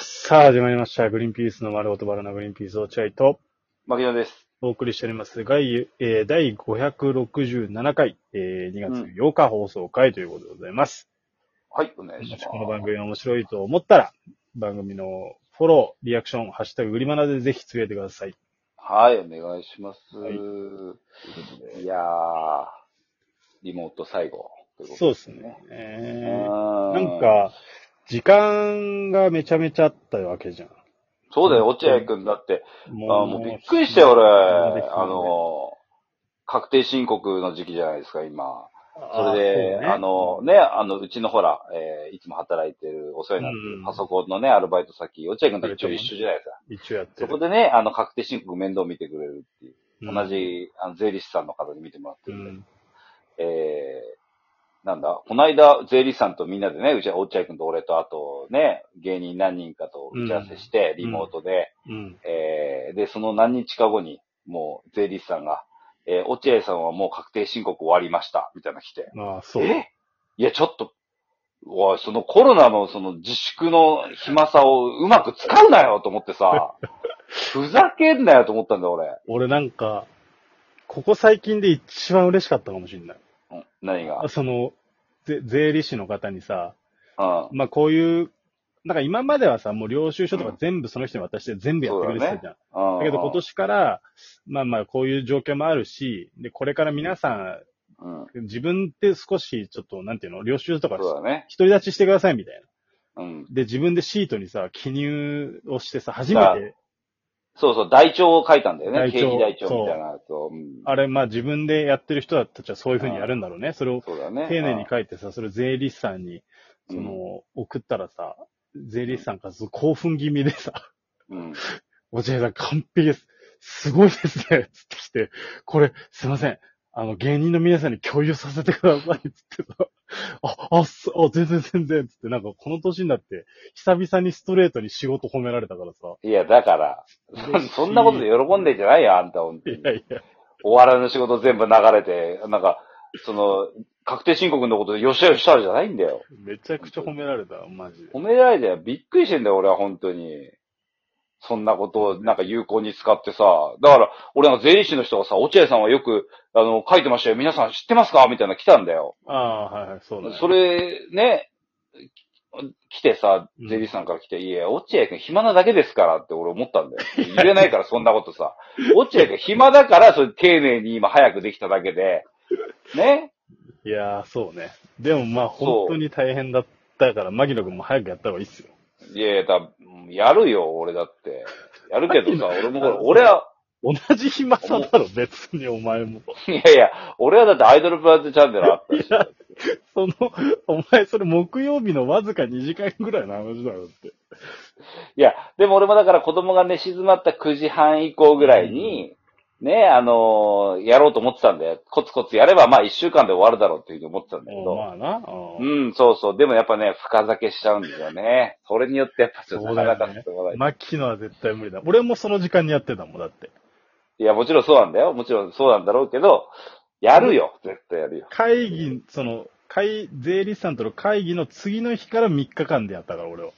さあ、始まりました。グリーンピースの丸ごとバラのグリーンピース落合と牧野です。お送りしておりますが、えー第567回、えー2月8日放送回ということでございます。はい、お願いしもましす。この番組が面白いと思ったら、番組のフォロー、リアクション、ハッシュタググリマナでぜひつぶやいてください。はい、お願いします。はいい、やー、リモート最後といそうでうこすとね。。うえーーなん、か、時間がめちゃめちゃあったわけじゃん。そうだよ、落合くんだって、あもーもうびっくりしたもよ、うで俺き。たねあのー、確定申告の時期じゃないですか、今。それで、あ,、の、ね、あの、うちのほら、えーいつも働いてる、お世話になってうるん、パソコンのね、アルバイト先、落合くんと一応一緒じゃないですか。一応やってそる。こでね、あの、確定申告面倒見てくれるっていう。うん同。じ、あの、税理士さんの方に見てもらってうるんで、ん。えー、なんだ、この間、税理士さんとみんなでね、うちは、おっちゃいくんと俺と、あとね、芸人何人かと打ち合わせして、うんリモートで、うん。えー、で、その何日か後に、もう、税理士さんが、えー、落合さんはもう確定申告終わりました、みたいなの来て。まあ、そう。えいや、ちょっと、おい、そのコロナのその自粛の暇さをうまく使うなよと思ってさ、 ふざけんなよと思ったんだ、俺。俺なんか、ここ最近で一番嬉しかったかもしれない。うん何が。その、ぜ税理士の方にさ、うん。まあこういう、なんか今まではさ、もう領収書とか全部その人に渡して全部やってくれてたじゃん。だだけど今、年から、まあまあこういう状況もあるし、で、これから皆さうん、ん、自分って少しちょっと、なんていうの、領収書とかそうだね。独り立ちしてくださいみたいな。うん。で、自分でシートにさ、記入をしてさ、初めさあて、そうそう、台帳を書いたんだよ台ね。帳経費台帳みたいなやつを。うんあれまあ自分でやってる人たちはそういうふうにやるんだろうね。それをそうだね。丁寧にい書いてさ、それ税理士さんに、その、送ったらさ、税理士さんからすごい興奮気味でさ、 うん。おじいさん完璧です。すごいですね。つってきて、これ、すいません。あの、芸人の皆さんに共有させてください。つってさ、あ、あ、すあ全然全然。つって、なんかこの年になって、久々にストレートに仕事褒められたからさ。いや、だから、嬉しい そんなことで喜んでんじゃないよ、あんた、本当いに。やいや、お笑いの仕事全部流れて、なんか、その、確定申告のことでよしよししたじゃないんだよ。めちゃくちゃ褒められた、マジで。褒められてびっくりしてんだよ、俺は本当に。そんなことをなんか有効に使ってさ。だから、俺なんか税理士の人がさ、落合さんはよく、あの、書いてましたよ。皆さん知ってますかみたいなの来たんだよ。ああ、はいはい、そうだ、ね。そ、れ、ね、き来てさうん、税理士さんから来て、いや、落合君暇なだけですからって俺思っ たんだよ。言えないからそんなことさ。落合君暇だから、それ丁寧に今早くできただけで、ね。いやー、そうね。でもまあ、そう本当に大変だったから、牧野君も早くやった方がいいっすよ。いやいや、だやるよ、俺だって。やるけどさ、俺もほら、俺は、同じ暇さだろ、別にお前も。いやいや、俺はだってアイドルプラズチャンネルあったし。その、お前それ木曜日のわずか2時間ぐらいの話だろって。いや、でも俺もだから子供が寝静まった9時半以降ぐらいに、ね、あのーやろうと思ってたんで、コツコツやればまあ1週間で終わるだろうっていうふうに思ってたんだけど。まあな。うん、そうそう。でもやっぱね、深酒しちゃうんですよね。それによってやっぱちょっとなそかなかうだよね進まない。マキノは絶対無理だ。俺もその時間にやってたもん、だって。いや、もちろんそうなんだよ。もちろんそうなんだろうけど、やるよ。絶対やるよ。会議、その、会、税理士さんとの会議の次の日から3日間でやったから、俺は。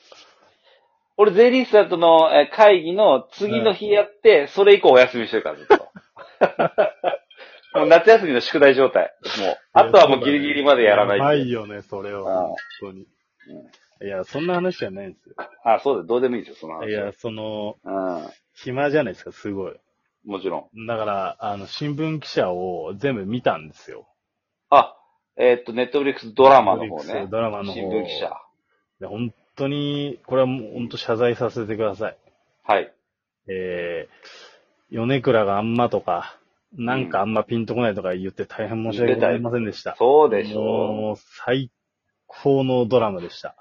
俺、税理士さんとのえー会議の次の日やって、それ以降お休みしてるから、ずっ と。もう夏休みの宿題状態。もう、あとはもうギリギリまでやらないやばっていいう。よね、それは。ああ本当に。いや、そんな話じゃないんですよ。あ、そうだ、どうでもいいですよ、その話。いや、その、うん。暇じゃないですか、すごい。もちろん。だから、あの、新聞記者を全部見たんですよ。あ、えーっと、ネットフリックスドラマの方 Netflix ね。ドラマの方。新聞記者。で本当に、これはもう本当謝罪させてください。はい。えー、米倉があんまとか、なんかあんまピンとこないとか言って大変申し訳ございませんでした。そうでしょもう、最高のドラマでした。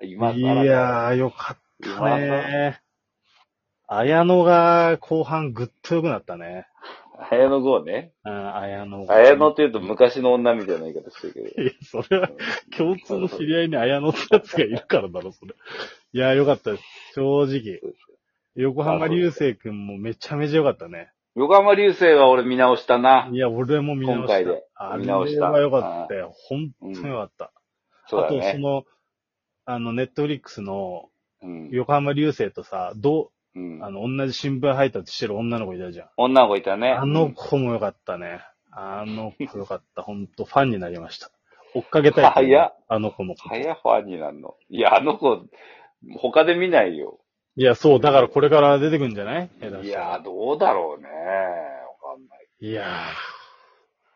う。今更いだやー、よかった今更。ね。綾野が後半ぐっと良くなったね。綾野剛ね。うん、綾野が。綾野って言うと昔の女みたいな言い方してるけ ど。いや、それは、共通の知り合いに綾野ってやつがいるからだろ、それ。いや、よかったです。正直。横浜流星くんもめちゃめちゃ良かったね。横浜流星は俺見直したな。いや、俺も見直した。今回であれ見直したは良かったよ。本当に良かった。そうだあと、そね。の、あの、ネットフリックスの、うん。横浜流星とさ、どううんあ。の、同じ新聞配達してる女の子いたじゃん。女の子いたね。あの子もよかったね。あの子よかった。ほんと、ファンになりました。追っかけたいと思う。早っあの子のこと。早ファンになるの。いや、あの子、他で見ないよ。いや、そう、だからこれから出てくんじゃない下手いしたらや、どうだろうね。わかんないや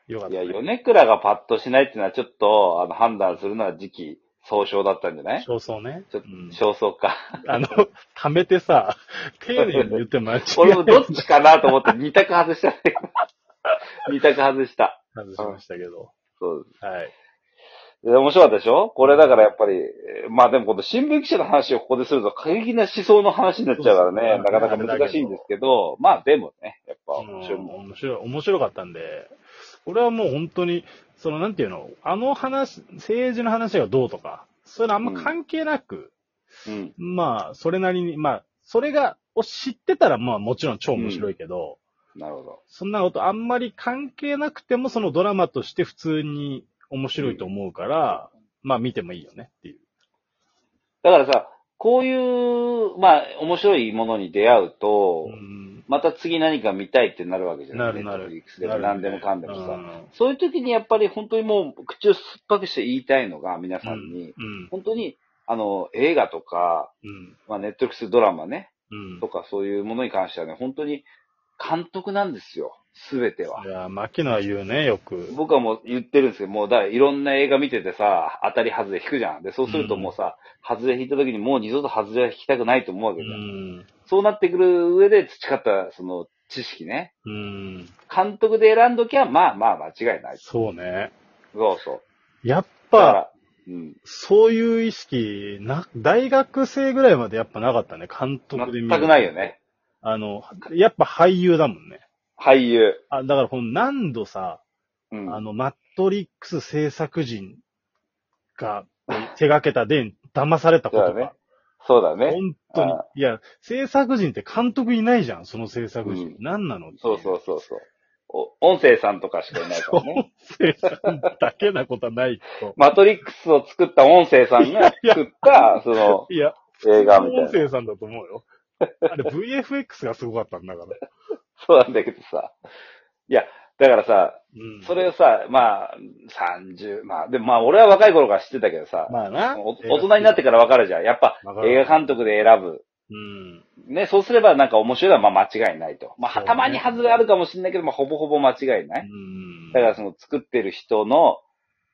ー、よかっい。いた、や、米倉がパッとしないっていうのはちょっと、あの、判断するのは時期総称だったんじゃないそうそうね。ちょっうんと、焦燥か。 あの、溜めてさ、丁寧に言って間違 俺もいなどいっちかなと思って二択外したん だけど。二択外した。外しましたけど。そうはい。で面白かったでしょこれだからやっぱり、えーまあでもこの新聞記者の話をここですると過激な思想の話になっちゃうかそらね、うなそうかなか難しいんですけど、まあでもね、やっぱ面白いもん。うん面白い、面白かったんで、俺はもう本当に、その、なんていうの、あの話、政治の話がどうとか、そういうのあんま関係なく、うん。まあ、それなりに、まあ、それが、を知ってたら、まあもちろん超面白いけど、なるほど。そんなことあんまり関係なくても、そのドラマとして普通に面白いと思うから、まあ見てもいいよねっていう。だからさ、こういう、まあ面白いものに出会うと、うんまた次何か見たいってなるわけじゃなないるな Netflix る。でも何でもかんでもさ。うんそういう時にやっぱり本当にもう口を酸っぱくして言いたいのが皆さんに、うん。本当にあの映画とか、うん。まあ、ネットフリックスドラマね、うん。。とかそういうものに関してはね、本当に監督なんですよ、すべてはいや、牧野は言うね、よく。僕はもう言ってるんですけど、もうだからいろんな映画見ててさ、当たり外れ引くじゃん。で、そうするともうさ、外れ引いた時にもう二度と外れは引きたくないと思うわうけじゃん。ん。そうなってくる上で培ったその知識ね、うん。監督で選んどきゃ、まあまあ間違いない。そうね。そうそう。やっだかぱ、ら、うん。そういう意識、な、大学生ぐらいまでやっぱなかったね、監督で見全る。くないよ。ね。あの、やっぱ俳優だもんね。俳優。あ、だからこの何度さ、うん。あの、マットリックス制作人が手掛けたで騙されたことそうだねが、そうだね。本当にあ、いや、制作人って監督いないじゃん、その制作人。うん何なの。そうそう うそうそう。お、音声さんとかしかいないからね。。制作人だけなことはないと マトリックスを作った音声さんがいや作った、その、いや、映画みたいな音声さんだと思うよ。あれ VFX がすごかったんだから。そうなんだけどさ。いや、だからさ、うん。それをさ、まあ、30、まあ、でもまあ俺は若い頃から知ってたけどさ、まあな。お大人になってから分かるじゃん。やっぱわかる映画監督で選ぶ。うん。ね、そうすればなんか面白いのはまあ間違いないと。まそうあ、ねたまに外れあるかもしれないけど、まあほぼほぼ間違いない。うん。だからその作ってる人の、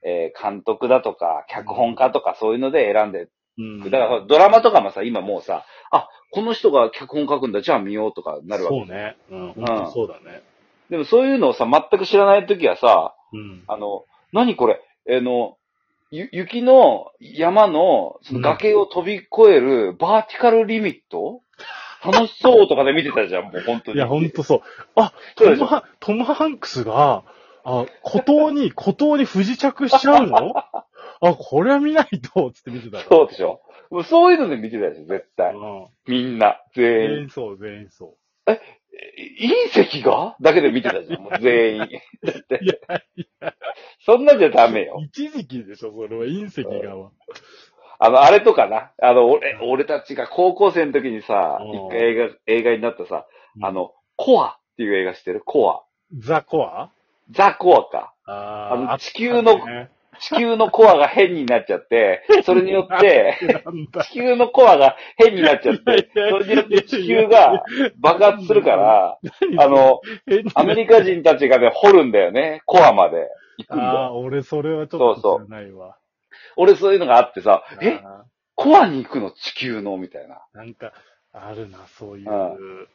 えー監督だとか、脚本家とかそういうので選んで、うん、だからドラマとかもさ、今もうさ、あ、この人が脚本書くんだ、じゃあ見ようとかなるわけ。そうね。うん、本当にそうだね。でもそういうのをさ、全く知らないときはさ、うん。あの、何これ、あの、ゆ雪の山のその崖を飛び越えるバーティカルリミット、楽しそうとかで見てたじゃん、もう本当に。いや、本当そう。あ、そうトでしょムハ、トムハンクスが、あ、孤島 に、孤島に不時着しちゃうのあ、これは見ないと、つって見てたそうでしょ。もうそういうので見てたでしょ、絶対。よ。みんな、うん。全員全。員そう、全員そ隕石がだけで見てたじゃん、もう全員。だっていやいそんなんじゃダメよう。。一時期でしょ、それは隕石がは。あの、あれとかな。あの、俺、俺たちが高校生の時にさ、うん一回映画、映画になったさ、あ、の、コアっていう映画してるコア。ザ・コアザ・コアか。ああのーあ、地球のね、地球のコアが変になっちゃって、それによって、なんだ。地球のコアが変になっちゃっいやいて、やそれによって地球が爆発するから、何あ、の、変にアメリカ人たちがね、掘るんだよね。コアまで行くんだあよ。あ、俺それはちょっそうとそ知うらないわ。俺そういうのがあってさ、えあコアに行くの地球のみたいな。ーなんか、あるな、そういう。あ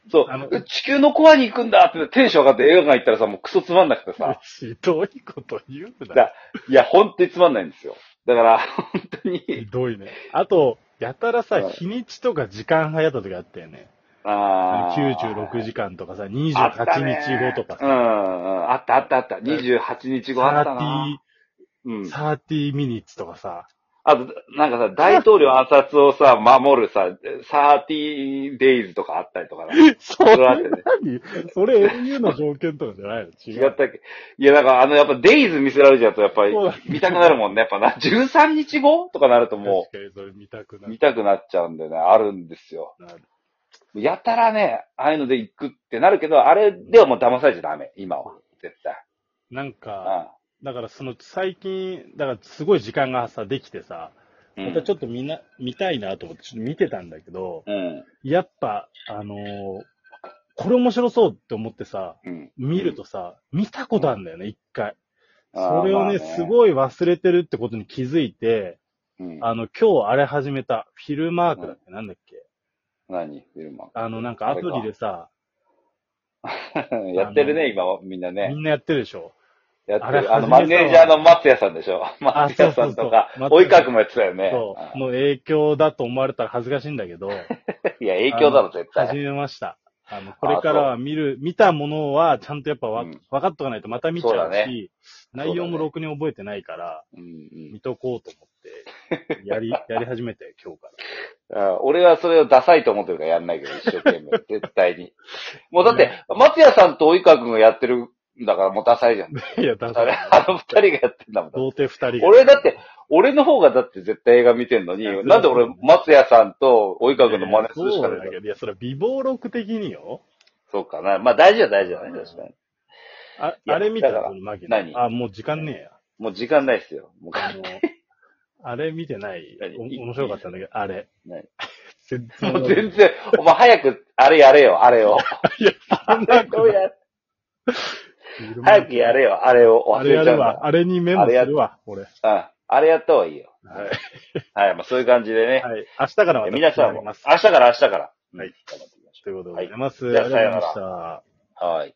そうあの。。え地球のコアに行くんだってテンション上がって映画館行ったらさ、もうクソつまんなくてさ ひどいこと言うな。だいや、本当につまんないんですよ。だから、本当ひに。どいね。あと、やたらさ、はい日にちとか時間流行った時あったよね。あー96時間とかさ、28日あったね後とかうさ、ん、うん。あったあったあった。28日後あったな。うん。 30、30ミニッツとかさ、あと、なんかさ、大統領暗殺をさ、守るさ、30 days とかあったりとかな。それ何それ au の条件とかじゃないの違 違う。ったっけいや、なんかあの、やっぱデイズ見せられちゃうと、やっぱりそうだね見たくなるもんね。やっぱな、13日後とかなるとも確かにそれ見たくなう、見る。たくなっちゃうんだよね。あるんですよ。なるやたらね、ああいうので行くってなるけど、あれではもう騙されちゃダメ、今は。絶対。なんか、あだからその最近、だからすごい時間がさ、できてさ、うまんた。ちょっとみんな、見たいなと思って、ちょっと見てたんだけど、うん。やっぱ、あのーこれ面白そうって思ってさ、うん。見るとさ、見たことあるんだよね、一回。あーそれをね、まあすごい忘れてるってことに気づいて、うん、あの、今日あれ始めた、フィルマークだっけ、なんだっけ何フィルマ ン。あの、なんかアプリでさ、やってるあのね、今はみんなねみ。んなやってるでしょ。やってあれる。あの、マ初めネてージャーの松屋さんでしょ。松屋さんそうそうそうとか松屋さ、ん追いかくもやってたよね。そう。の影響だと思われたら恥ずかしいんだけど、うんいや、影響だろ、絶始対。めました。あの、これからは見る、見たものはちゃんとやっぱわ、うん分かっとかないとまた見ちゃうし、そうだね内容もろくに覚えてないから、うんうん見とこうと思って、や り、やり始めて、今日から。あ俺はそれをダサいと思ってるからやんないけど、一生懸 命。絶対に。もうだって、松屋さんと及川くんがやってるんだからもうダサいじゃん。 いや、だかあれ、ら、あの二人がやってんだもん。童貞二人が。俺だって、俺の方がだって絶対映画見てんのにいやそう、なんで俺、松屋さんと及川くんの真似するしかいやそうなだいけど、いや、それは美貌録的によ。そうかな。まあ大事は大事だね、確かに。あいやあれ見ただからこのマギの何あ、もう時間ねえや。もう時間ないっすよ。もうあの、あれ見てない 何。お面白かったんだけど、あれ 何。全然もう全然、お前早く、あれやれよ、あれを。 いや、あれをや早くやれ。れよ、あれを。あ忘れやれちゃるうんだわ。あれにメモするわ、俺。はい。うん。あれやった方がいいよ。はい。はい、まあそういう感じでね。明日からまた皆さんも、り明ます。日から明日から。はいうん。頑張っていきましということでございます。はいじゃあありがとうございました。ょうはい。